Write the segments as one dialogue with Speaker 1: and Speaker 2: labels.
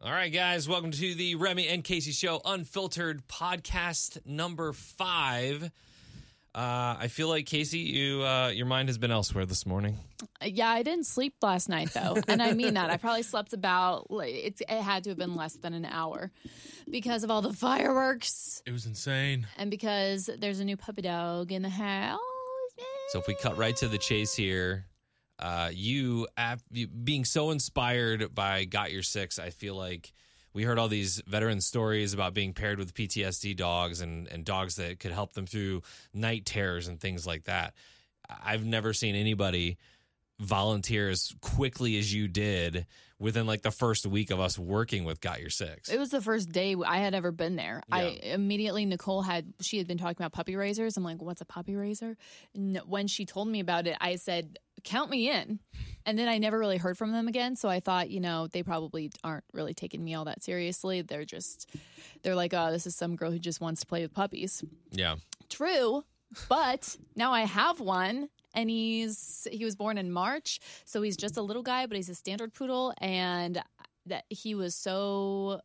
Speaker 1: All right, guys, welcome to the Remy and Casey Show Unfiltered podcast number five. Uh, I feel like Casey, you uh, your mind has been elsewhere this morning.
Speaker 2: Yeah, I didn't sleep last night though, and I mean that. I probably slept about like, it, it had to have been less than an hour because of all the fireworks
Speaker 1: It was insane.
Speaker 2: and because there's a new puppy dog in the house.
Speaker 1: So if we cut right to the chase here, uh, you, af- you being so inspired by Got Your Six, I feel like we heard all these veteran stories about being paired with PTSD dogs and and dogs that could help them through night terrors and things like that. I- I've never seen anybody volunteer as quickly as you did within like the first week of us working with Got Your Six.
Speaker 2: It was the first day I had ever been there. I
Speaker 1: Yeah.
Speaker 2: immediately Nicole had she had been talking about puppy raisers. I'm like, what's a puppy raiser? And when she told me about it, I said, count me in. And then I never really heard from them again. So I thought, you know, they probably aren't really taking me all that seriously. They're just they're like, oh, this is some girl who just wants to play with puppies.
Speaker 1: yeah.
Speaker 2: True, but now I have one. And he's he was born in March, so he's just a little guy, but he's a standard poodle, and that he was so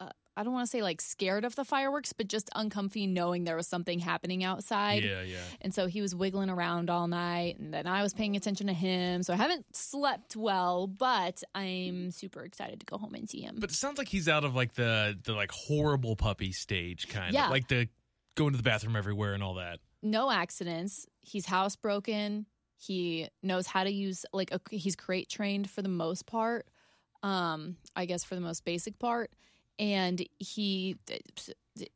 Speaker 2: uh, I don't want to say like scared of the fireworks, but just uncomfy knowing there was something happening outside.
Speaker 1: yeah.
Speaker 2: And so he was wiggling around all night, and then I was paying attention to him. So I haven't slept well, but I'm super excited to go home and see him.
Speaker 3: But it sounds like he's out of like the the like horrible puppy stage kind
Speaker 2: Yeah.
Speaker 3: of like the going to the bathroom everywhere and all that.
Speaker 2: no accidents. He's housebroken. He knows how to use like a, he's crate trained for the most part. Um, I guess for the most basic part, and he uh,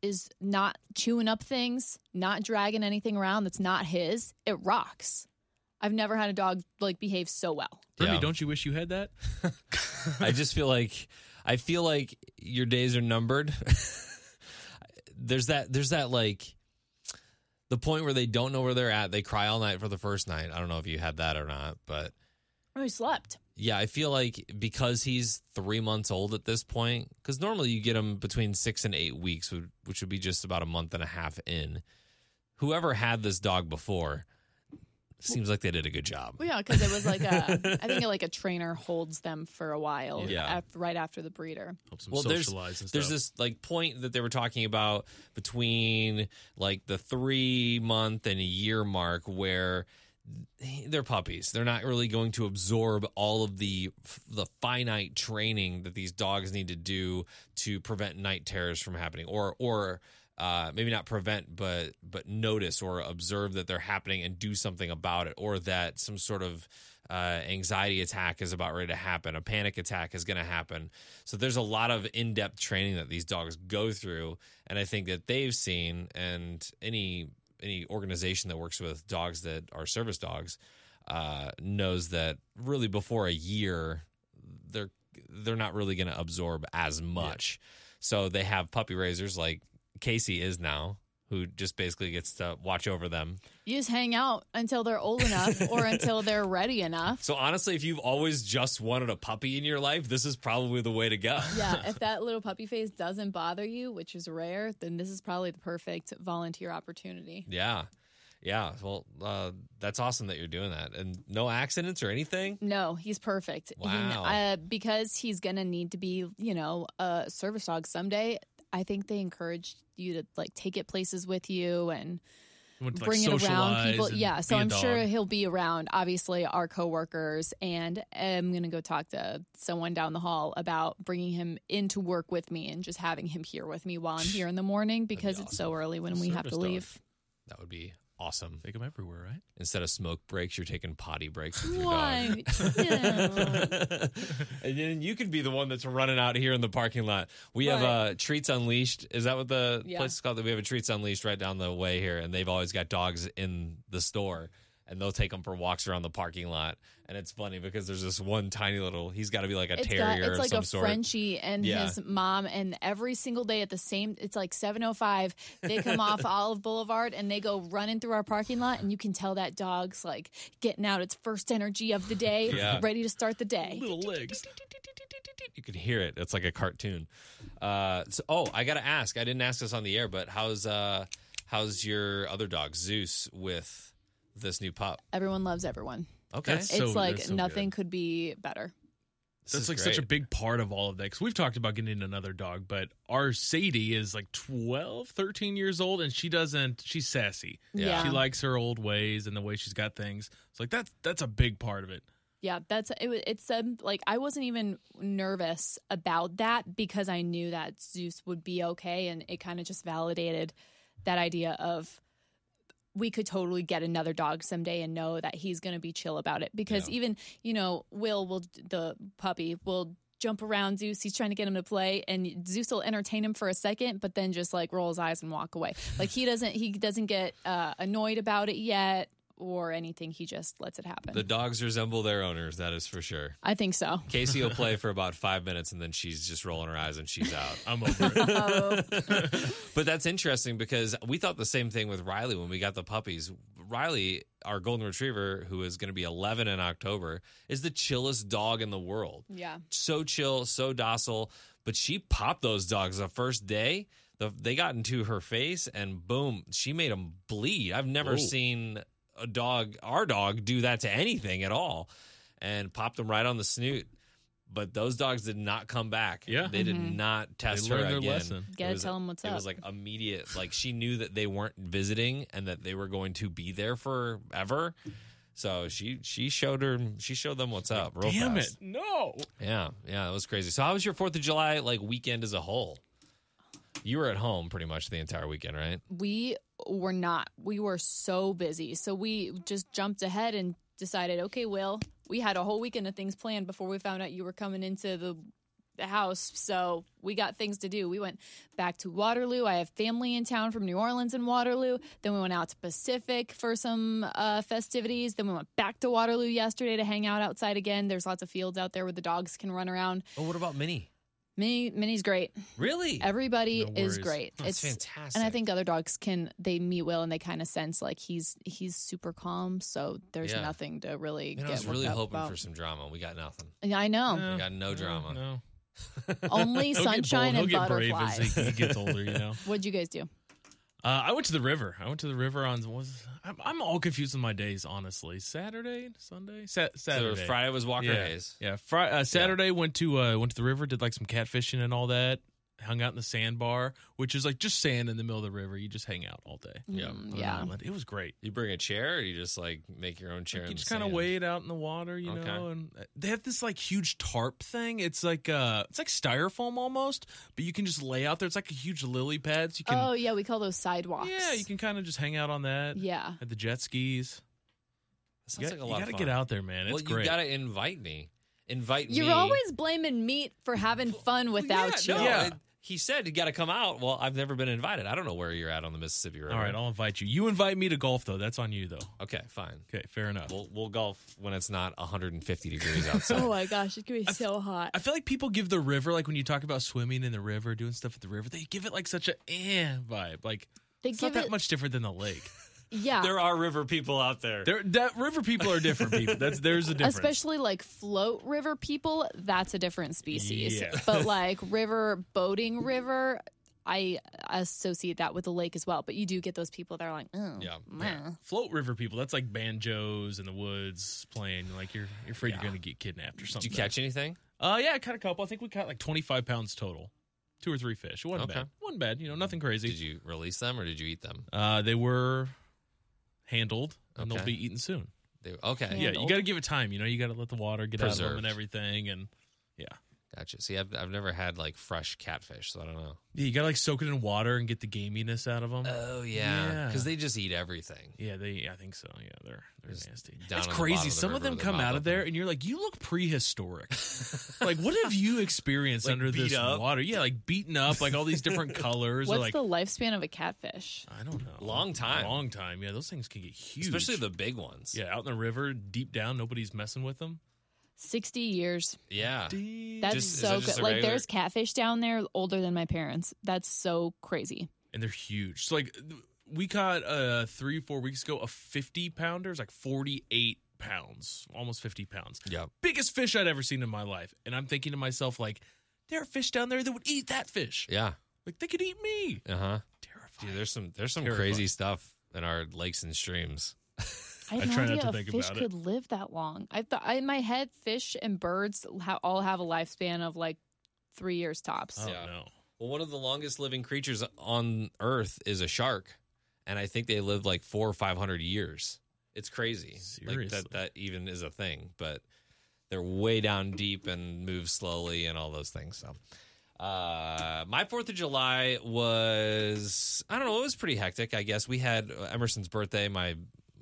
Speaker 2: is not chewing up things, not dragging anything around that's not his. It rocks. I've never had a dog like behave so well.
Speaker 3: Remy,
Speaker 1: Yeah.
Speaker 3: don't you wish you had that?
Speaker 1: I just feel like I feel like your days are numbered. there's that there's that like the point where they don't know where they're at. They cry all night for the first night. I don't know if you had that or not, but
Speaker 2: Oh, he slept.
Speaker 1: yeah, I feel like because he's three months old at this point, because normally you get him between six and eight weeks, would- which would be just about a month and a half in. Whoever had this dog before seems like they did a good job.
Speaker 2: Well, yeah, because it was like a I think like a trainer holds them for a while.
Speaker 1: Yeah.
Speaker 2: af- right after the breeder.
Speaker 3: Helps him
Speaker 1: Well, there's-
Speaker 3: socialize and stuff.
Speaker 1: there's this like point that they were talking about between like the three month and a year mark where they're puppies they're not really going to absorb all of the the finite training that these dogs need to do to prevent night terrors from happening or or uh, maybe not prevent but but notice or observe that they're happening and do something about it or that some sort of uh, anxiety attack is about ready to happen a panic attack is going to happen so there's a lot of in-depth training that these dogs go through, and I think that they've seen, and any any organization that works with dogs that are service dogs uh, knows that really before a year, they're they're not really going to absorb as much. So they have puppy raisers like Casey is now, who just basically gets to watch over them
Speaker 2: You just hang out until they're old enough or until they're ready enough.
Speaker 1: So honestly, if you've always just wanted a puppy in your life, this is probably the way to go.
Speaker 2: Yeah, if that little puppy face doesn't bother you, which is rare, then this is probably the perfect volunteer opportunity.
Speaker 1: Yeah. Yeah. Well, uh, that's awesome that you're doing that. And no accidents or anything?
Speaker 2: No, he's perfect. He-
Speaker 1: Wow.
Speaker 2: uh, because he's going to need to be, you know, a service dog someday. I think they encourage you to like take it places with you and
Speaker 3: Want to, like,
Speaker 2: bring it around
Speaker 3: socialize
Speaker 2: people.
Speaker 3: and
Speaker 2: Yeah, so
Speaker 3: be a
Speaker 2: I'm sure
Speaker 3: dog.
Speaker 2: he'll be around. Obviously, our coworkers, and I'm gonna go talk to someone down the hall about bringing him into work with me and just having him here with me while I'm here in the morning because it's so early when we have to
Speaker 3: Service dog.
Speaker 2: leave.
Speaker 1: That would be awesome.
Speaker 3: take him everywhere, right?
Speaker 1: Instead of smoke breaks, you're taking potty breaks with your dog.
Speaker 2: Why? Yeah.
Speaker 1: and then you could be the one that's running out here in the parking lot. We have
Speaker 2: Right.
Speaker 1: uh, Treats Unleashed. Is that what the
Speaker 2: Yeah.
Speaker 1: place is called? We have a Treats Unleashed right down the way here, and they've always got dogs in the store. And they'll take them for walks around the parking lot, and it's funny because there's this one tiny little—he's got to be like a
Speaker 2: It's got,
Speaker 1: terrier
Speaker 2: it's
Speaker 1: of
Speaker 2: like
Speaker 1: some
Speaker 2: a
Speaker 1: sort.
Speaker 2: Frenchie and
Speaker 1: Yeah.
Speaker 2: his mom, and every single day at the same. It's like seven oh five. They come off Olive Boulevard and they go running through our parking lot, and you can tell that dog's like getting out its first energy of the day,
Speaker 1: Yeah.
Speaker 2: ready to start the day.
Speaker 3: Little legs.
Speaker 1: You can hear it. It's like a cartoon. Uh, so, oh, I gotta ask. I didn't ask this on the air, but how's uh, how's your other dog Zeus with this new pup?
Speaker 2: Everyone loves everyone.
Speaker 1: Okay,
Speaker 3: That's-
Speaker 2: It's
Speaker 3: So-
Speaker 2: like
Speaker 3: that's so
Speaker 2: nothing
Speaker 3: good.
Speaker 2: could be better.
Speaker 3: That's
Speaker 1: is
Speaker 3: like such a
Speaker 1: great.
Speaker 3: big part of all of that because we've talked about getting another dog, but our Sadie is like 12, 13 years old, and she doesn't. She's sassy.
Speaker 1: Yeah.
Speaker 3: She likes her old ways and the way she's got things. It's like that's that's a big part of it.
Speaker 2: Yeah, that's it. wa- It's um, like I wasn't even nervous about that because I knew that Zeus would be okay, and it kind of just validated that idea of we could totally get another dog someday and know that he's going to be chill about it. Because
Speaker 1: Yeah.
Speaker 2: even you know, Will will the puppy will jump around Zeus. He's trying to get him to play, and Zeus will entertain him for a second, but then just like roll his eyes and walk away. Like he doesn't he doesn't get uh, annoyed about it yet or anything. He just lets it happen.
Speaker 1: The dogs resemble their owners, that is for sure.
Speaker 2: I think so.
Speaker 1: Casey will play for about five minutes and then she's just rolling her eyes and she's out.
Speaker 3: I'm over it.
Speaker 2: Oh,
Speaker 1: But that's interesting because we thought the same thing with Riley when we got the puppies. Riley, our golden retriever, who is going to be 11 in October, is the chillest dog in the world.
Speaker 2: yeah.
Speaker 1: So chill, so docile. But she popped those dogs the first day. The, they got into her face and boom, she made them bleed. I've never
Speaker 3: Whoa.
Speaker 1: seen a dog, our dog, do that to anything at all and popped them right on the snoot. But those dogs did not come back.
Speaker 3: Yeah.
Speaker 1: They did
Speaker 2: Mhm.
Speaker 1: not
Speaker 3: they
Speaker 1: test her
Speaker 3: learned their
Speaker 1: again
Speaker 3: lesson.
Speaker 1: It
Speaker 2: Gotta
Speaker 1: was-
Speaker 2: tell him what's
Speaker 1: it
Speaker 2: up.
Speaker 1: was like immediate like she knew that they weren't visiting and that they were going to be there forever so she she showed her she showed them what's up real
Speaker 3: Damn
Speaker 1: fast.
Speaker 3: it! No.
Speaker 1: yeah yeah it was crazy so how was your fourth of july like weekend as a whole you were at home pretty much the entire weekend right
Speaker 2: we were not. We were so busy. So we just jumped ahead and decided, okay, Will, we had a whole weekend of things planned before we found out you were coming into the the house. So we got things to do. We went back to Waterloo. I have family in town from New Orleans and Waterloo. Then we went out to Pacific for some uh, festivities. Then we went back to Waterloo yesterday to hang out outside again. There's lots of fields out there where the dogs can run around.
Speaker 1: oh what about minnie
Speaker 2: Minnie, Minnie's great.
Speaker 1: really Oh,
Speaker 2: Everybody
Speaker 3: No
Speaker 2: is
Speaker 3: worries.
Speaker 2: great.
Speaker 1: that's
Speaker 2: it's
Speaker 1: fantastic
Speaker 2: and I think other dogs can they meet Will and they kind of sense like he's he's super calm, so there's
Speaker 1: Yeah.
Speaker 2: nothing to really.
Speaker 1: Man,
Speaker 2: get
Speaker 1: i was really
Speaker 2: worked up
Speaker 1: hoping
Speaker 2: about.
Speaker 1: for some drama we got nothing
Speaker 2: Yeah, I know.
Speaker 1: we got no drama
Speaker 3: No.
Speaker 2: Oh. Only
Speaker 3: He'll get
Speaker 2: sunshine
Speaker 3: bold.
Speaker 2: and
Speaker 3: He'll get brave
Speaker 2: butterflies.
Speaker 3: as he, he gets older. You know.
Speaker 2: What'd you guys do?
Speaker 3: Uh, I went to the river. I went to the river on what was I'm, I'm all confused with my days, honestly. Saturday, Sunday, Sa- Saturday.
Speaker 1: so friday was walker
Speaker 3: Yeah.
Speaker 1: hayes
Speaker 3: Yeah, Fri uh, Saturday went to uh, went to the river, did like some catfishing and all that. Hung out in the sandbar, which is like just sand in the middle of the river. You just hang out all day.
Speaker 2: Yeah.
Speaker 3: on an
Speaker 2: Mm, Yeah.
Speaker 3: island. it was great.
Speaker 1: you bring a chair or you just like make your own chair
Speaker 3: Like,
Speaker 1: in
Speaker 3: you
Speaker 1: the
Speaker 3: just kind of
Speaker 1: sand?
Speaker 3: wade out in the water, you
Speaker 1: Okay.
Speaker 3: know. And they have this like huge tarp thing. It's like uh, it's like styrofoam almost, but you can just lay out there. It's like a huge lily pad. So you can,
Speaker 2: oh yeah, we call those
Speaker 1: Oh,
Speaker 2: sidewalks.
Speaker 3: yeah, you can kind of just hang out on that.
Speaker 2: Yeah.
Speaker 3: Had the jet skis.
Speaker 1: That
Speaker 3: You
Speaker 1: sounds
Speaker 3: got,
Speaker 1: like a lot
Speaker 3: you
Speaker 1: of
Speaker 3: gotta
Speaker 1: fun.
Speaker 3: get out there, man. It's
Speaker 1: well,
Speaker 3: great.
Speaker 1: you gotta invite me. Invite me.
Speaker 2: You're always blaming meat for having fun without
Speaker 1: yeah,
Speaker 2: you.
Speaker 1: no,
Speaker 3: Yeah.
Speaker 1: it- he said you gotta come out. Well, I've never been invited. I don't know where you're at on the Mississippi River.
Speaker 3: All right, I'll invite you. You invite me to golf though. That's on you though.
Speaker 1: okay, fine.
Speaker 3: Okay, fair enough.
Speaker 1: We'll we'll golf when it's not 150 degrees outside.
Speaker 2: Oh my gosh, it could be so hot.
Speaker 3: I feel like people give the river like when you talk about swimming in the river, doing stuff at the river, they give it like such a eh vibe. Like
Speaker 2: They
Speaker 3: it's
Speaker 2: give
Speaker 3: not that
Speaker 2: it
Speaker 3: much different than the lake.
Speaker 2: yeah.
Speaker 1: there are river people out there.
Speaker 3: There, that river people are different people. That's there's a difference.
Speaker 2: Especially like float river people, that's a different species.
Speaker 3: Yeah.
Speaker 2: But like river boating river, I associate that with the lake as well. But you do get those people that are like, oh,
Speaker 1: Yeah.
Speaker 2: meh.
Speaker 3: float river people. That's like banjos in the woods playing. Like you're you're afraid
Speaker 1: Yeah.
Speaker 3: you're gonna get kidnapped or
Speaker 1: Did
Speaker 3: something.
Speaker 1: you catch anything?
Speaker 3: Uh, yeah, I caught a couple. I think we caught like 25 pounds total, two or three fish. It wasn't
Speaker 1: Okay. Mm.
Speaker 3: bad. wasn't bad. You know, nothing crazy.
Speaker 1: Did you release them or did you eat them?
Speaker 3: Uh, they were handled, and they'll
Speaker 1: Okay.
Speaker 3: be eaten soon.
Speaker 1: They, okay,
Speaker 2: Yeah.
Speaker 3: Yeah,
Speaker 2: Handled.
Speaker 3: you got to give it time. You know, you got to let the water get out of them
Speaker 1: Preserved.
Speaker 3: and everything, and
Speaker 1: gotcha. See, I've I've never had like fresh catfish, so I don't know.
Speaker 3: yeah, you got to like soak it in water and get the gaminess out of them.
Speaker 1: Oh
Speaker 3: yeah.
Speaker 1: because they just eat everything.
Speaker 3: yeah, they. I think so. Yeah, they're they're
Speaker 1: Just
Speaker 3: nasty.
Speaker 1: down
Speaker 3: It's
Speaker 1: on the
Speaker 3: crazy.
Speaker 1: bottom of the
Speaker 3: Some of
Speaker 1: river
Speaker 3: them
Speaker 1: with
Speaker 3: come
Speaker 1: their
Speaker 3: out
Speaker 1: mouth
Speaker 3: of there,
Speaker 1: open.
Speaker 3: and you're like, you look prehistoric. like, what have you experienced
Speaker 1: Like,
Speaker 3: under
Speaker 1: beat
Speaker 3: this
Speaker 1: up?
Speaker 3: water? Yeah, like beaten up, like all these different colors. or like,
Speaker 2: What's the lifespan of a catfish?
Speaker 3: I don't know.
Speaker 1: Long time.
Speaker 3: Long time. Yeah, those things can get huge.
Speaker 1: Especially the big ones.
Speaker 3: yeah out in the river, deep down. Nobody's messing with them.
Speaker 2: 60 years.
Speaker 1: yeah.
Speaker 2: That's
Speaker 1: Just- is
Speaker 2: so
Speaker 1: it just
Speaker 2: good.
Speaker 1: a
Speaker 2: Like
Speaker 1: regular-
Speaker 2: there's catfish down there older than my parents. That's so crazy.
Speaker 3: and they're huge. So like th- we caught uh three four weeks ago a fifty pounder, it's like forty eight pounds, almost fifty pounds,
Speaker 1: Yeah.
Speaker 3: biggest fish I'd ever seen in my life. And I'm thinking to myself like, there are fish down there that would eat that fish.
Speaker 1: Yeah.
Speaker 3: Like they could eat me.
Speaker 1: Uh huh.
Speaker 3: Terrifying.
Speaker 1: Dude, there's some there's some
Speaker 3: Terrifying.
Speaker 1: crazy stuff in our lakes and streams.
Speaker 2: I had
Speaker 3: I
Speaker 2: no
Speaker 3: try not
Speaker 2: idea
Speaker 3: to
Speaker 2: a
Speaker 3: think
Speaker 2: fish
Speaker 3: about it.
Speaker 2: could live that long. I thought I- in my head, fish and birds ha- all have a lifespan of like three years tops.
Speaker 3: Oh
Speaker 1: Yeah.
Speaker 3: no.
Speaker 1: Well, one of the longest living creatures on Earth is a shark, and I think they live like four or five hundred years. It's crazy, like
Speaker 3: Seriously.
Speaker 1: that that even is a thing. But they're way down deep and move slowly and all those things. So, uh, my Fourth of July was I don't know. It was pretty hectic. I guess we had Emerson's birthday. My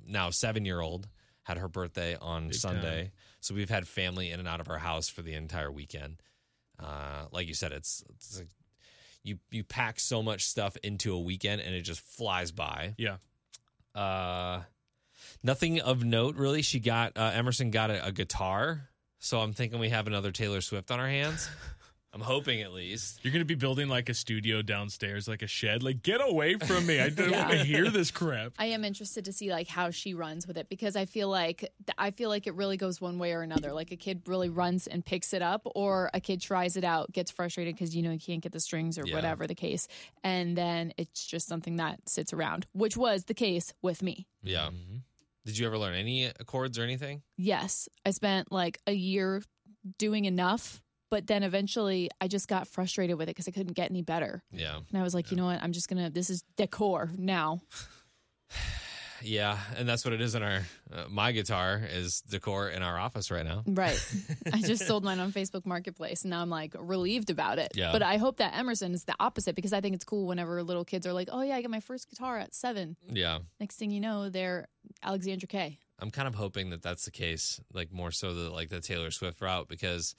Speaker 1: now seven year old had her birthday on
Speaker 3: Big
Speaker 1: Sunday,
Speaker 3: time.
Speaker 1: so we've had family in and out of our house for the entire weekend. Uh, like you said, it's, it's like you you pack so much stuff into a weekend and it just flies by.
Speaker 3: Yeah.
Speaker 1: Uh, nothing of note really. She got uh, Emerson got a, a guitar, so I'm thinking we have another Taylor Swift on our hands. I'm hoping at least.
Speaker 3: You're gonna be building like a studio downstairs, like a shed. Like, get away from me! I don't want to
Speaker 2: Yeah.
Speaker 3: hear this crap.
Speaker 2: I am interested to see like how she runs with it because I feel like th- I feel like it really goes one way or another. Like a kid really runs and picks it up, or a kid tries it out, gets frustrated because you know he can't get the strings or
Speaker 1: Yeah.
Speaker 2: whatever the case, and then it's just something that sits around, which was the case with me.
Speaker 1: Yeah.
Speaker 3: Mhm.
Speaker 1: Mm-hmm. Did you ever learn any chords or anything?
Speaker 2: Yes, I spent like a year doing enough, but then eventually I just got frustrated with it because I couldn't get any better,
Speaker 1: Yeah.
Speaker 2: and I was like, you know what, I'm just gonna this is decor now.
Speaker 1: Yeah, and that's what it is in our uh, my guitar is decor in our office right now.
Speaker 2: Right. I just sold mine on Facebook Marketplace and now I'm like relieved about it.
Speaker 1: Yeah.
Speaker 2: But I hope that Emerson is the opposite because I think it's cool whenever little kids are like, oh, yeah, I got my first guitar at seven.
Speaker 1: Yeah.
Speaker 2: Next thing you know, they're Alexandra Kay.
Speaker 1: I'm kind of hoping that that's the case, like more so the like the Taylor Swift route, because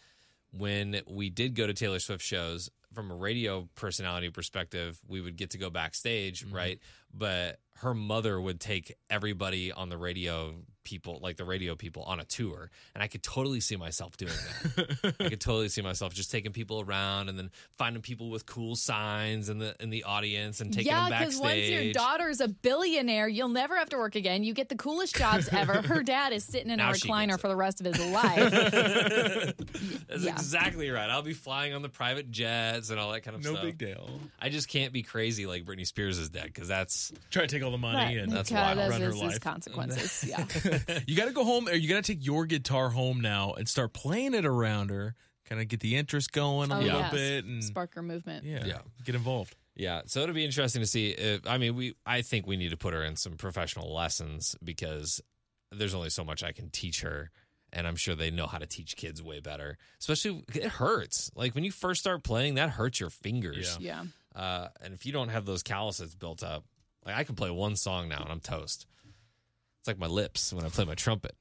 Speaker 1: when we did go to Taylor Swift shows, from a radio personality perspective, we would get to go backstage,
Speaker 2: Mm-hmm.
Speaker 3: Mhm.
Speaker 1: right? But her mother would take everybody on the radio people, like the radio people, on a tour, and I could totally see myself doing that. I could totally see myself just taking people around and then finding people with cool signs in the in the audience and taking
Speaker 2: yeah,
Speaker 1: them backstage.
Speaker 2: once your daughter's a billionaire, you'll never have to work again. You get the coolest jobs ever. Her dad is sitting in
Speaker 1: Now
Speaker 2: a
Speaker 1: she gets
Speaker 2: recliner
Speaker 1: it.
Speaker 2: for the rest of his life.
Speaker 1: That's
Speaker 2: Yeah.
Speaker 1: exactly right. I'll be flying on the private jets and all that kind of
Speaker 3: no
Speaker 1: stuff.
Speaker 3: big deal.
Speaker 1: I just can't be crazy like Britney Spears is dead because that's
Speaker 3: Try to take all the money
Speaker 2: But
Speaker 3: and
Speaker 1: That's
Speaker 2: God,
Speaker 1: wild.
Speaker 2: that's-
Speaker 3: Run her
Speaker 2: that's his
Speaker 3: life.
Speaker 2: consequences. Yeah.
Speaker 3: you got to go home, or you got to take your guitar home now and start playing it around her. Kind of get the interest going a
Speaker 2: Oh,
Speaker 3: little
Speaker 2: yes.
Speaker 3: bit, and
Speaker 2: Sparker movement.
Speaker 3: Hmm. yeah,
Speaker 1: Yeah.
Speaker 3: get involved.
Speaker 1: yeah. So it'll be interesting to see. If, I mean, we I think we need to put her in some professional lessons because there's only so much I can teach her, and I'm sure they know how to teach kids way better. Especially it hurts. Like when you first start playing, that hurts your fingers.
Speaker 3: Yeah.
Speaker 2: Yeah.
Speaker 1: Uh, and if you don't have those calluses built up, like I can play one song now and I'm toast. It's like my lips when I play my trumpet.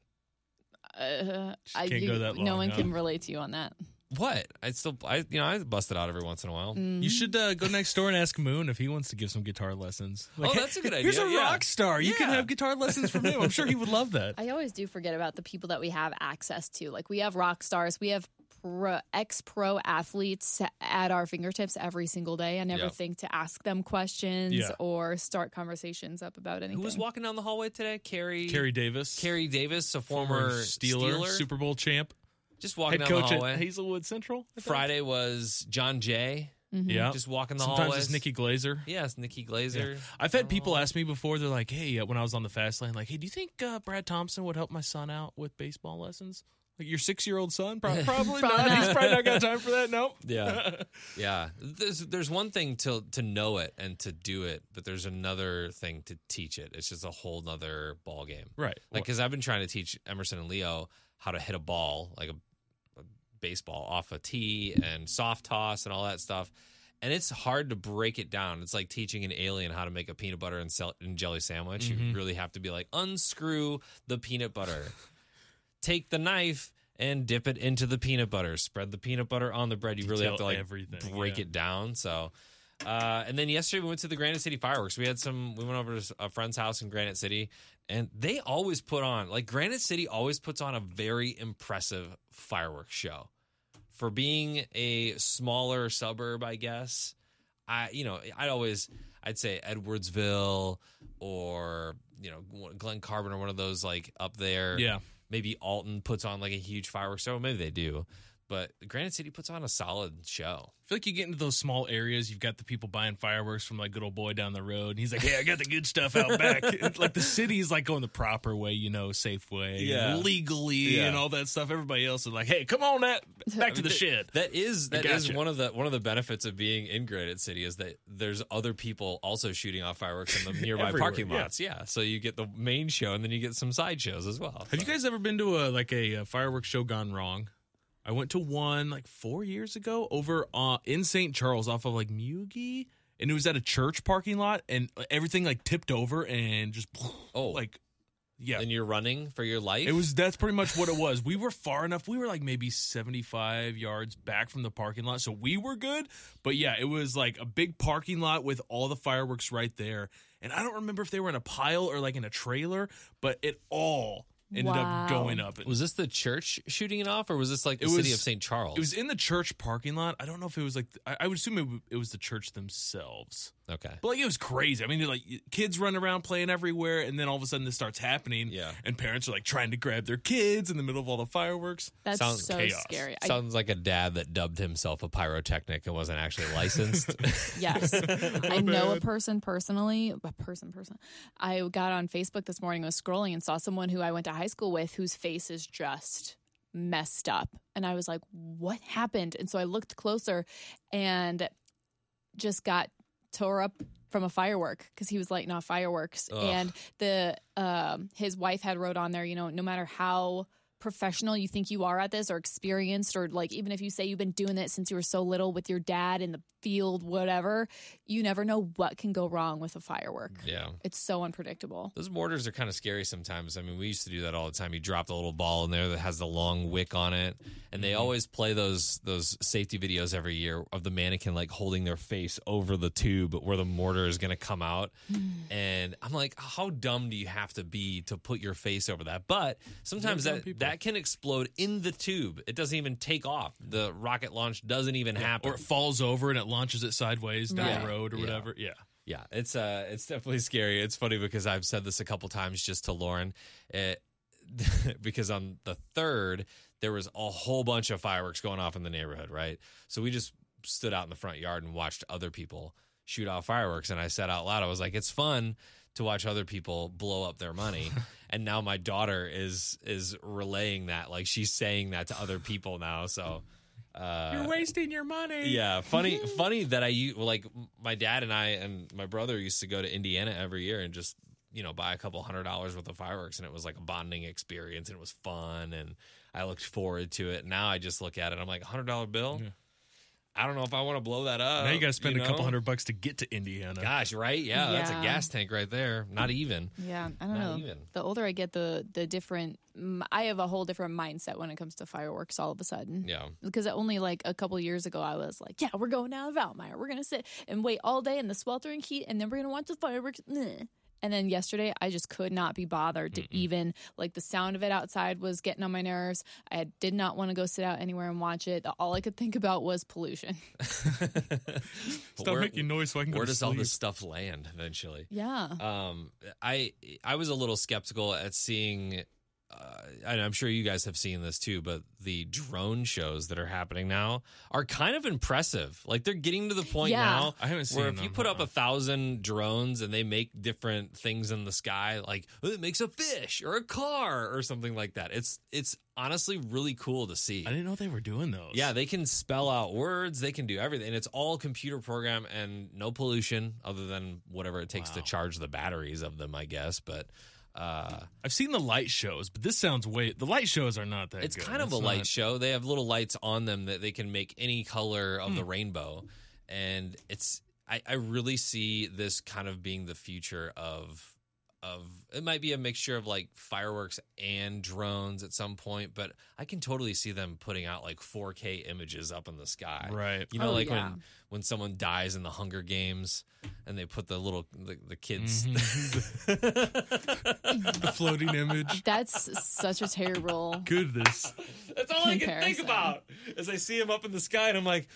Speaker 2: Uh,
Speaker 3: Just
Speaker 2: I,
Speaker 3: can't
Speaker 2: you-
Speaker 3: go that
Speaker 2: no
Speaker 3: long,
Speaker 2: one
Speaker 3: huh?
Speaker 2: can relate to you on that.
Speaker 1: What? I still, I you know, I bust it out every once in a while.
Speaker 3: You should uh, go next door and ask Moon if he wants to give some guitar lessons.
Speaker 1: Oh, that's a good
Speaker 3: Here's
Speaker 1: idea,
Speaker 3: a
Speaker 1: yeah.
Speaker 3: rock star. You can
Speaker 1: Yeah.
Speaker 3: have guitar lessons from him. I'm sure he would love that.
Speaker 2: I always do forget about the people that we have access to. Like we have rock stars, we have pro, ex-pro athletes at our fingertips every single day. I never
Speaker 1: Yeah.
Speaker 2: think to ask them questions
Speaker 3: Yeah.
Speaker 2: or start conversations up about anything.
Speaker 1: Who was walking down the hallway today? Carrie.
Speaker 3: Carrie Davis,
Speaker 1: Carrie Davis, a former,
Speaker 3: Steeler, Super Bowl champ,
Speaker 1: just walking
Speaker 3: head
Speaker 1: down the
Speaker 3: coach
Speaker 1: hallway.
Speaker 3: at Hazelwood Central. I think.
Speaker 1: Friday was John Jay,
Speaker 3: yeah.
Speaker 1: just walking the
Speaker 3: Sometimes
Speaker 1: hallway.
Speaker 3: it's Nikki Glazer. Oh.
Speaker 1: Yes, Nikki Glazer.
Speaker 3: I've had people ask me before. They're like, "Hey, uh, when I was on the fast lane, like, hey, do you think uh, Brad Thompson would help my son out with baseball lessons? Like your six-year-old son? Pro- probably not.
Speaker 2: Probably
Speaker 3: He's probably not got time for that. Nope.
Speaker 1: Yeah. yeah. There's there's one thing to to know it and to do it, but there's another thing to teach it. It's just a whole nother ball game.
Speaker 3: Right.
Speaker 1: Like, because I've been trying to teach Emerson and Leo how to hit a ball, like a, a baseball off a tee and soft toss and all that stuff. And it's hard to break it down. It's like teaching an alien how to make a peanut butter and, sel- and jelly sandwich. You
Speaker 3: Mhm.
Speaker 1: really have to be like, unscrew the peanut butter, take the knife and dip it into the peanut butter, spread the peanut butter on the bread. You really have to
Speaker 3: Detail
Speaker 1: like
Speaker 3: everything,
Speaker 1: break
Speaker 3: yeah.
Speaker 1: it down. So, uh, and then yesterday we went to the Granite City fireworks. We had some. We went over to a friend's house in Granite City, and they always put on like Granite City always puts on a very impressive fireworks show. For being a smaller suburb, I guess I you know I'd always I'd say Edwardsville or you know Glen Carbon or one of those like up there
Speaker 3: Yeah.
Speaker 1: maybe Alton puts on like a huge fireworks show. Maybe they do, But Granite City puts on a solid show.
Speaker 3: I feel like you get into those small areas. You've got the people buying fireworks from like good old boy down the road, and he's like, "Hey, I got the good stuff out back." It's like the city's like going the proper way, you know, safe way,
Speaker 1: Yeah.
Speaker 3: legally,
Speaker 1: Yeah.
Speaker 3: and all that stuff. Everybody else is like, "Hey, come on, that back to the shit."
Speaker 1: That is that is
Speaker 3: gotcha.
Speaker 1: one of the one of the benefits of being in Granite City is that there's other people also shooting off fireworks in the nearby
Speaker 3: Everywhere,
Speaker 1: parking
Speaker 3: yeah.
Speaker 1: lots. Yeah. So you get the main show and then you get some side shows as well.
Speaker 3: Have you guys ever been to a like a, uh fireworks show gone wrong? I went to one like four years ago over uh, in St. Charles off of like Mugi, and it was at a church parking lot, and uh, everything like tipped over and just
Speaker 1: Oh.
Speaker 3: like yeah,
Speaker 1: And you're running for your life.
Speaker 3: It was that's pretty much what it was. We were far enough. We were like maybe 75 yards back from the parking lot, so we were good. But yeah, it was like a big parking lot with all the fireworks right there. And I don't remember if they were in a pile or like in a trailer, but it all ended
Speaker 2: Wow.
Speaker 3: up going up. It was,
Speaker 1: was this the church shooting it off, or was this like the
Speaker 3: It
Speaker 1: city
Speaker 3: was-
Speaker 1: of St. Charles?
Speaker 3: it was in the church parking lot. I don't know if it was like I, I would assume it, w- it was the church themselves.
Speaker 1: okay.
Speaker 3: But like it was crazy. I mean, they're like kids run around playing everywhere, and then all of a sudden this starts happening.
Speaker 1: Yeah.
Speaker 3: and parents are like trying to grab their kids in the middle of all the fireworks.
Speaker 2: That's
Speaker 1: Sounds
Speaker 2: so
Speaker 3: chaos.
Speaker 2: scary. I,
Speaker 1: Sounds like a dad that dubbed himself a pyrotechnic and wasn't actually licensed.
Speaker 2: yes. I know a
Speaker 3: bad.
Speaker 2: person personally, a person, person. I got on Facebook this morning, was scrolling and saw someone who I went to high school with whose face is just messed up. And I was like, what happened? And so I looked closer and just got tore up from a firework because he was lighting off fireworks.
Speaker 1: Ugh.
Speaker 2: And the um, his wife had wrote on there, you know, no matter how professional you think you are at this or experienced or like even if you say you've been doing it since you were so little with your dad in the field whatever you never know what can go wrong with a firework
Speaker 1: yeah.
Speaker 2: it's so unpredictable
Speaker 1: Those mortars are kind of scary sometimes. I mean, we used to do that all the time. You drop the little ball in there that has the long wick on it,
Speaker 3: Mm-hmm.
Speaker 1: and they always play those those safety videos every year of the mannequin like holding their face over the tube where the mortar is going to come out.
Speaker 3: Mm.
Speaker 1: and I'm like, how dumb do you have to be to put your face over that? But sometimes
Speaker 3: dumb
Speaker 1: that
Speaker 3: people.
Speaker 1: that can explode in the tube. It doesn't even take off. The rocket launch doesn't even happen.
Speaker 3: or it falls over and it launches it sideways down
Speaker 2: Right.
Speaker 3: the road or
Speaker 1: Yeah.
Speaker 3: whatever. Yeah.
Speaker 1: Yeah, it's uh, it's definitely scary. It's funny because I've said this a couple times just to Lauren, it, because on the third there was a whole bunch of fireworks going off in the neighborhood, right? So we just stood out in the front yard and watched other people shoot off fireworks, and I said out loud, I was like, "It's fun to watch other people blow up their money." and now my daughter is is relaying that, like she's saying that to other people now. So uh,
Speaker 3: wasting your money.
Speaker 1: yeah, funny, funny that I u- like my dad and I and my brother used to go to Indiana every year and just you know buy a couple hundred dollars worth of fireworks and it was like a bonding experience and it was fun and I looked forward to it. Now I just look at it, I'm like hundred dollar bill.
Speaker 3: Yeah.
Speaker 1: I don't know if I want to blow that up.
Speaker 3: Now you got to spend
Speaker 1: Uh, you
Speaker 3: a couple
Speaker 1: know?
Speaker 3: hundred bucks to get to Indiana.
Speaker 1: Gosh, right? Yeah, that's a
Speaker 2: Yeah.
Speaker 1: gas tank right there. Not even.
Speaker 2: yeah i don't
Speaker 1: Not
Speaker 2: know
Speaker 1: even.
Speaker 2: the older i get the the different mm, i have a whole different mindset when it comes to fireworks all of a sudden
Speaker 1: Yeah.
Speaker 2: because only like a couple years ago I was like, yeah, we're going down to Valmeyer. We're gonna sit and wait all day in the sweltering heat, and then we're gonna watch the fireworks. Meh. And then yesterday, I just could not be bothered to even like the sound of it outside was getting on my nerves. I did not want to go sit out anywhere and watch it. All I could think about was pollution.
Speaker 3: Stop
Speaker 1: where,
Speaker 3: making noise so I can go
Speaker 1: where
Speaker 3: to
Speaker 1: does all
Speaker 3: sleep.
Speaker 1: this stuff land eventually?
Speaker 2: Yeah,
Speaker 1: um i i was a little skeptical at seeing uh, and i'm sure you guys have seen this too but the drone shows that are happening now are kind of impressive like they're getting to the point
Speaker 2: Yeah.
Speaker 1: now
Speaker 3: I haven't seen
Speaker 1: where if
Speaker 3: them,
Speaker 1: you put up
Speaker 3: uh-uh.
Speaker 1: a thousand drones and they make different things in the sky like "Oh, it makes a fish or a car or something like that it's it's honestly really cool to see
Speaker 3: I didn't know they were doing those.
Speaker 1: yeah, they can spell out words. They can do everything. And it's all computer program and no pollution other than whatever it takes to
Speaker 3: Wow.
Speaker 1: charge the batteries of them, I guess. But uh,
Speaker 3: I've seen the light shows, but this sounds way. The light shows are not that.
Speaker 1: it's
Speaker 3: good.
Speaker 1: kind of a
Speaker 3: not-
Speaker 1: light show. They have little lights on them that they can make any color of the
Speaker 3: Hmm.
Speaker 1: rainbow. And it's, I, I really see this kind of being the future of. Of it might be a mixture of like fireworks and drones at some point, but I can totally see them putting out like 4K images up in the sky.
Speaker 3: Right.
Speaker 1: You know,
Speaker 2: Oh,
Speaker 1: like
Speaker 2: yeah.
Speaker 1: when when someone dies in the Hunger Games, and they put the little the, the kids.
Speaker 3: the floating image.
Speaker 2: that's such a terrible.
Speaker 3: Goodness.
Speaker 1: That's all I can think
Speaker 2: Comparison.
Speaker 1: about as I see him up in the sky, and I'm like,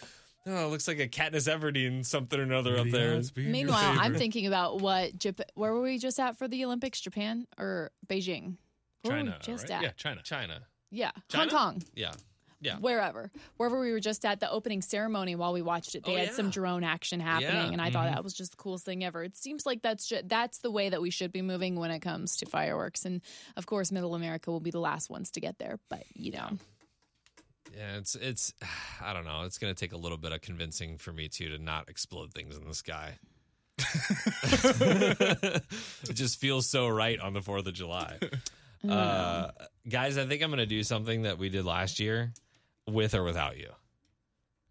Speaker 1: oh, it looks like a Katniss Everdeen something or another up there.
Speaker 2: Meanwhile, I'm thinking about what Japan. Where were we just at for the Olympics? Japan or Beijing? Where were we
Speaker 3: China.
Speaker 2: just
Speaker 3: right?
Speaker 2: at?
Speaker 3: Yeah, China.
Speaker 1: China,
Speaker 2: yeah.
Speaker 1: China?
Speaker 2: Hong Kong.
Speaker 1: yeah, Yeah.
Speaker 2: wherever, wherever we were just at the opening ceremony while we watched it, they
Speaker 1: Oh,
Speaker 2: had some
Speaker 1: yeah.
Speaker 2: drone action happening,
Speaker 1: Yeah. Mm-hmm.
Speaker 2: and I thought
Speaker 3: Mhm.
Speaker 2: that was just the coolest thing ever. It seems like that's ju- that's the way that we should be moving when it comes to fireworks, and of course, Middle America will be the last ones to get there, but you know,
Speaker 1: Yeah, it's it's I don't know. It's gonna take a little bit of convincing for me too to not explode things in the sky. it just feels so right on the Fourth of July. Uh, guys, I think I'm gonna do something that we did last year, with or without you.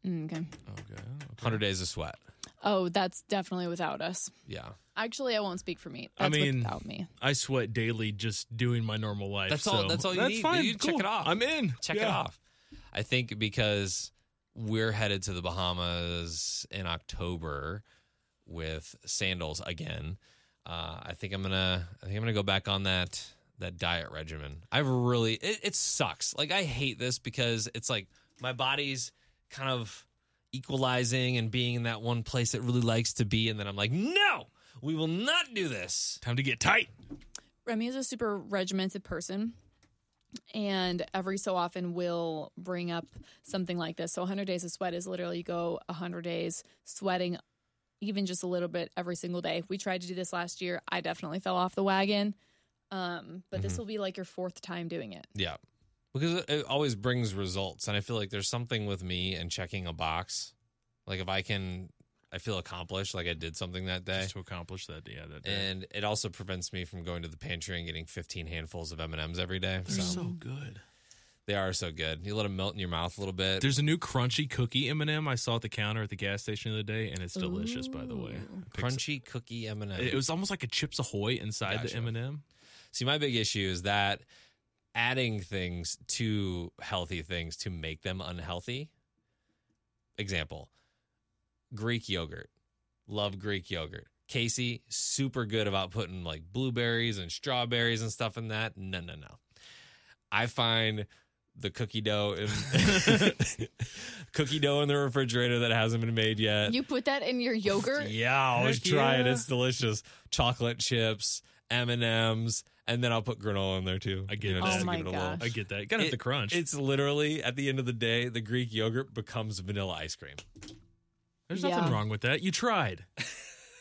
Speaker 2: Mm, okay.
Speaker 3: Okay.
Speaker 1: Hundred days of sweat.
Speaker 2: Oh, that's definitely without us.
Speaker 1: Yeah,
Speaker 2: Actually, I won't speak for me.
Speaker 3: I
Speaker 2: That's
Speaker 3: mean-
Speaker 2: without me.
Speaker 3: I sweat daily just doing my normal life.
Speaker 1: That's all-
Speaker 3: so-
Speaker 1: that's all you
Speaker 3: that's
Speaker 1: need.
Speaker 3: Fine.
Speaker 1: You check
Speaker 3: cool.
Speaker 1: it off.
Speaker 3: I'm in.
Speaker 1: check it
Speaker 3: Yeah.
Speaker 1: off. I think because we're headed to the Bahamas in October with sandals again. Uh, I think I'm gonna. I think I'm gonna go back on that that diet regimen. I really. It, it sucks. Like I hate this because it's like my body's kind of equalizing and being in that one place it really likes to be, and then I'm like, no, we will not do this.
Speaker 3: Time to get tight.
Speaker 2: Remy is a super regimented person and every so often will bring up something like this. So 100 days of sweat is literally you go 100 days sweating even just a little bit every single day. We tried to do this last year. I definitely fell off the wagon. Um, but
Speaker 3: Mm-hmm.
Speaker 2: this will be like your fourth time doing it.
Speaker 1: Yeah. Because it- it always brings results. And I feel like there's something with me and checking a box. Like if I can, I feel accomplished, like I did something that day.
Speaker 3: Just to accomplish that. Yeah. That day.
Speaker 1: And it also prevents me from going to the pantry and getting 15 handfuls of M&Ms every day.
Speaker 3: They're
Speaker 1: So
Speaker 3: so good.
Speaker 1: they are so good. You let them melt in your mouth a little bit.
Speaker 3: There's a new crunchy cookie M&M I saw at the counter at the gas station the other day, and it's delicious. By the way,
Speaker 2: Ooh.
Speaker 3: I picked-
Speaker 1: crunchy cookie M&Ms.
Speaker 3: It was almost like a Chips Ahoy inside
Speaker 1: Gotcha.
Speaker 3: the M&M.
Speaker 1: See, my big issue is that adding things to healthy things to make them unhealthy. Example Greek yogurt. Love Greek yogurt. Casey, super good about putting like blueberries and strawberries and stuff in that. No, no, no. I find the cookie dough in cookie dough in the refrigerator that hasn't been made yet.
Speaker 2: You put that in your yogurt?
Speaker 1: Yeah, I always
Speaker 3: Heck
Speaker 1: try it.
Speaker 3: yeah.
Speaker 1: It's delicious. Chocolate chips, M and M's, and then I'll put granola in there too.
Speaker 3: I get
Speaker 1: You
Speaker 3: it.
Speaker 1: know, just
Speaker 2: Oh
Speaker 1: to
Speaker 2: my
Speaker 1: give it a little-
Speaker 2: gosh.
Speaker 3: I get that. Gotta
Speaker 1: It-
Speaker 3: have the crunch.
Speaker 1: It's literally at the end of the day, the Greek yogurt becomes vanilla ice cream.
Speaker 3: There's
Speaker 2: Yeah.
Speaker 3: nothing wrong with that. You tried.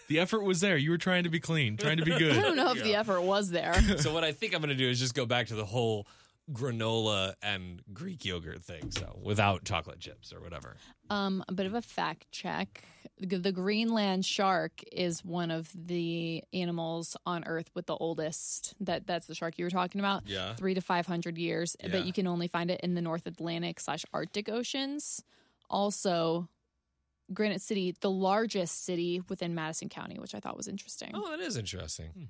Speaker 3: the effort was there. You were trying to be clean, trying to be good.
Speaker 2: I don't know if the effort was there.
Speaker 1: so what I think I'm going to do is just go back to the whole granola and Greek yogurt thing. So without chocolate chips or whatever.
Speaker 2: Um, a bit of a fact check. G- The Greenland shark is one of the animals on Earth with the oldest. That that's the shark you were talking about.
Speaker 1: Yeah.
Speaker 2: Three to five hundred years,
Speaker 1: Yeah.
Speaker 2: but you can only find it in the North Atlantic slash Arctic oceans. Also, Granite City, the largest city within Madison County, which I thought was interesting.
Speaker 1: Oh, that is interesting.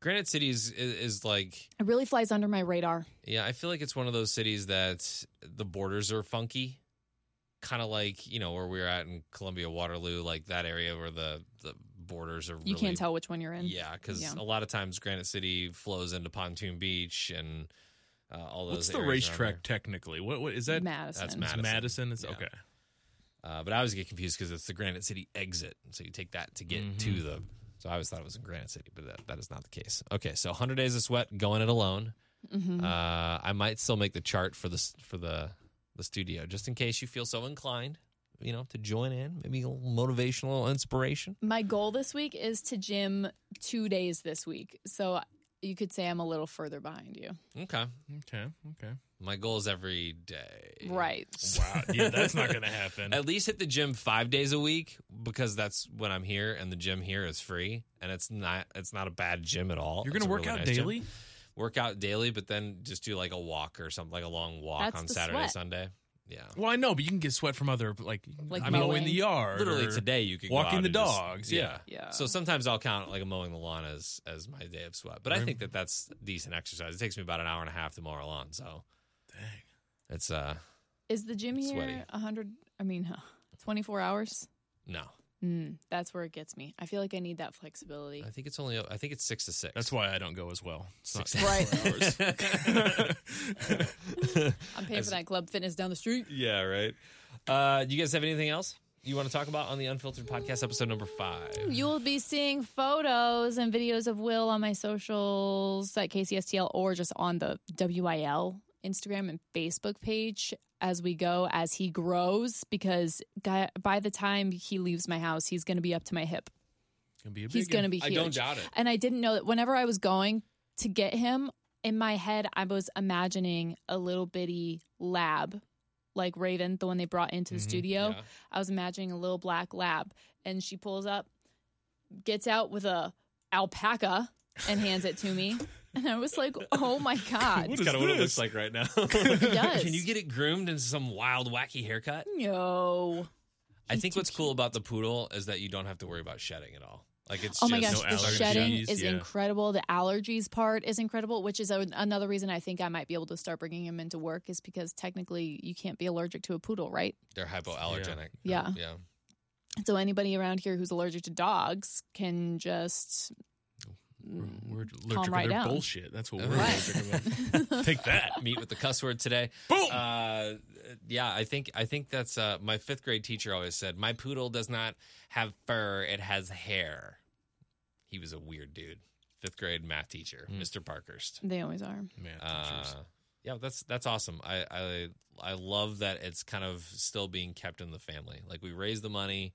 Speaker 1: Granite City is, is, is like,
Speaker 2: It really flies under my radar.
Speaker 1: yeah, I feel like it's one of those cities that the borders are funky. Kind of like, you know, where we were at in Columbia, Waterloo, like that area where the, the borders are
Speaker 2: You
Speaker 1: really
Speaker 2: can't tell which one you're in.
Speaker 1: Yeah, because
Speaker 2: Yeah.
Speaker 1: a lot of times Granite City flows into Pontoon Beach and uh, all those.
Speaker 3: What's the
Speaker 1: areas around
Speaker 3: racetrack technically? What, what is that?
Speaker 2: Madison.
Speaker 1: that's
Speaker 3: It's
Speaker 1: Madison.
Speaker 3: Madison. It's
Speaker 1: Yeah.
Speaker 3: okay.
Speaker 1: there. Uh, but I always get confused because it's the Granite City exit, so you take that to get
Speaker 3: Mm-hmm.
Speaker 1: to the. So I always thought it was in Granite City, but that, that is not the case. Okay, so 100 Days of Sweat, going it alone.
Speaker 2: Mhm.
Speaker 1: Uh, I might still make the chart for the s- for the the studio, just in case you feel so inclined, you know, to join in. Maybe a little motivational inspiration.
Speaker 2: My goal this week is to gym two days this week. So you could say I'm a little further behind you.
Speaker 1: Okay,
Speaker 3: Okay. Okay.
Speaker 1: my goal is every day.
Speaker 2: Right.
Speaker 3: Wow. Yeah, that's not gonna happen.
Speaker 1: At least hit the gym five days a week because that's when I'm here, and the gym here is free, and it's not it's not a bad gym at all.
Speaker 3: You're
Speaker 1: It's
Speaker 3: gonna
Speaker 1: a
Speaker 3: work
Speaker 1: really
Speaker 3: out
Speaker 1: nice gym.
Speaker 3: daily.
Speaker 1: Work out daily, but then just do like a walk or something, like a long walk
Speaker 2: That's
Speaker 1: on
Speaker 2: the
Speaker 1: Saturday,
Speaker 2: sweat.
Speaker 1: Sunday. Yeah,
Speaker 3: Well, I know, but you can get sweat from other like,
Speaker 2: Like
Speaker 3: I mean,
Speaker 2: mowing.
Speaker 3: mowing the yard.
Speaker 1: literally
Speaker 3: or-
Speaker 1: today you could go
Speaker 3: walking
Speaker 1: out
Speaker 3: the
Speaker 1: and just-
Speaker 3: dogs, yeah.
Speaker 2: Yeah.
Speaker 1: So sometimes I'll count like a mowing the lawn as as my day of sweat, but I
Speaker 3: Right.
Speaker 1: think that that's decent exercise. It takes me about an hour and a half to mow our lawn, so
Speaker 3: Dang.
Speaker 1: it's uh
Speaker 2: Is the gym
Speaker 1: It's
Speaker 2: here
Speaker 1: sweaty.
Speaker 2: a 100, I mean, huh, 24 hours?
Speaker 1: no.
Speaker 2: Mm, that's where it gets me. I feel like I need that flexibility.
Speaker 1: I think it's only I think it's six to six.
Speaker 3: That's why I don't go as well. It's not
Speaker 1: six
Speaker 2: Right.
Speaker 3: hours.
Speaker 2: I'm paying for that club fitness down the street.
Speaker 1: Yeah, right. Uh, do you guys have anything else you want to talk about on the Unfiltered Podcast episode number five?
Speaker 2: You'll be seeing photos and videos of Will on my socials at KCSTL or just on the WIL Instagram and Facebook page as we go as he grows because guy, by the time he leaves my house, he's going to be up to my hip.
Speaker 3: Gonna be a
Speaker 2: He's
Speaker 3: biggie.
Speaker 2: going to be
Speaker 1: I
Speaker 2: huge.
Speaker 1: don't doubt it.
Speaker 2: And I didn't know that whenever I was going to get him, in my head, I was imagining a little bitty lab, like Raven, the one they brought into the
Speaker 3: Mhm,
Speaker 2: studio.
Speaker 1: Mm-hmm. Yeah.
Speaker 2: I was imagining a little black lab, and she pulls up, gets out with a alpaca, and hands it to me. And I was like, "Oh my god,
Speaker 3: What
Speaker 1: What
Speaker 3: is
Speaker 1: kind of what it
Speaker 3: this?
Speaker 1: looks like right now.
Speaker 2: does.
Speaker 1: Can you get it groomed into some wild, wacky haircut?
Speaker 2: no!"
Speaker 1: I
Speaker 2: He's
Speaker 1: think
Speaker 2: too
Speaker 1: what's cool about the poodle is that you don't have to worry about shedding at all. Like it's
Speaker 2: Oh my
Speaker 1: just
Speaker 2: gosh,
Speaker 3: no
Speaker 2: the
Speaker 1: allergies.
Speaker 2: shedding
Speaker 3: allergies,
Speaker 2: is
Speaker 3: yeah.
Speaker 2: incredible. The allergies part is incredible, which is a, another reason I think I might be able to start bringing him into work is because technically you can't be allergic to a poodle, right?
Speaker 1: They're hypoallergenic.
Speaker 2: Yeah.
Speaker 1: Yeah.
Speaker 2: So anybody around here who's allergic to dogs can just
Speaker 3: We're, we're allergic
Speaker 2: Calm
Speaker 3: to
Speaker 2: right
Speaker 3: their
Speaker 2: down.
Speaker 3: bullshit. That's what we're
Speaker 1: Right.
Speaker 3: allergic to. Take that.
Speaker 1: Meet with the cuss word today.
Speaker 3: Boom.
Speaker 1: Uh, yeah, I think I think that's uh, my fifth grade teacher always said. My poodle does not have fur; it has hair. He was a weird dude. Fifth grade math teacher,
Speaker 3: Hmm.
Speaker 1: Mr. Parkhurst.
Speaker 2: they always are.
Speaker 3: Man,
Speaker 1: Uh,
Speaker 3: teachers.
Speaker 1: yeah, that's that's awesome. I, I I love that it's kind of still being kept in the family. Like we raised the money,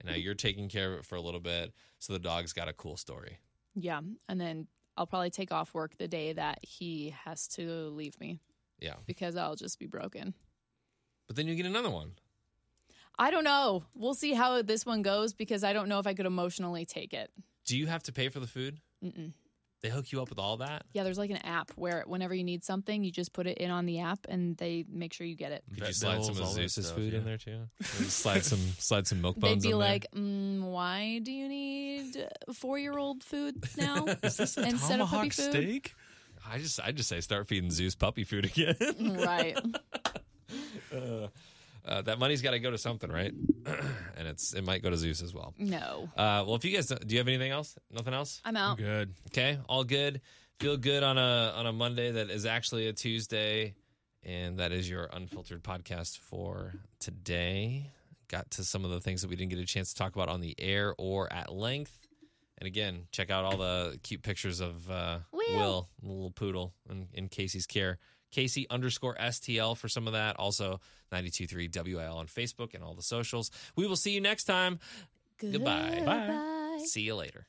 Speaker 1: and now you're taking care of it for a little bit. So the dog's got a cool story.
Speaker 2: Yeah, and then I'll probably take off work the day that he has to leave me
Speaker 1: Yeah,
Speaker 2: because I'll just be broken.
Speaker 1: but then you get another one.
Speaker 2: I don't know. We'll see how this one goes because I don't know if I could emotionally take it.
Speaker 1: Do you have to pay for the food?
Speaker 2: Mm-mm.
Speaker 1: They hook you up with all that.
Speaker 2: Yeah, there's like an app where whenever you need something, you just put it in on the app and they make sure you get it.
Speaker 1: Could
Speaker 3: Vet
Speaker 1: you slide some
Speaker 3: bills,
Speaker 1: of
Speaker 3: all that
Speaker 1: Zeus's
Speaker 3: stuff,
Speaker 1: food
Speaker 3: yeah.
Speaker 1: in there too? slide some slide some milk bones.
Speaker 2: They'd be
Speaker 1: in there?
Speaker 2: like, mm, "Why do you need four year old food now instead of
Speaker 3: Tomahawk
Speaker 2: puppy food?"
Speaker 3: steak.
Speaker 1: I just I just say start feeding Zeus puppy food again.
Speaker 2: Right.
Speaker 1: uh, uh, that money's got to go to something, right? and it's it might go to Zeus as well.
Speaker 2: No,
Speaker 1: Uh, well, if you guys don't- do, you have anything else? Nothing else?
Speaker 2: I'm out.
Speaker 3: Good.
Speaker 1: Okay, all good. Feel good on a on a Monday that is actually a Tuesday, and that is your unfiltered podcast for today. Got to some of the things that we didn't get a chance to talk about on the air or at length. And again, check out all the cute pictures of uh,
Speaker 2: Will.
Speaker 1: Will, the little poodle, in, in Casey's care. Casey underscore STL for some of that. Also, 923 WIL on Facebook and all the socials. We will see you next time. Goodbye.
Speaker 2: Goodbye.
Speaker 1: See you later.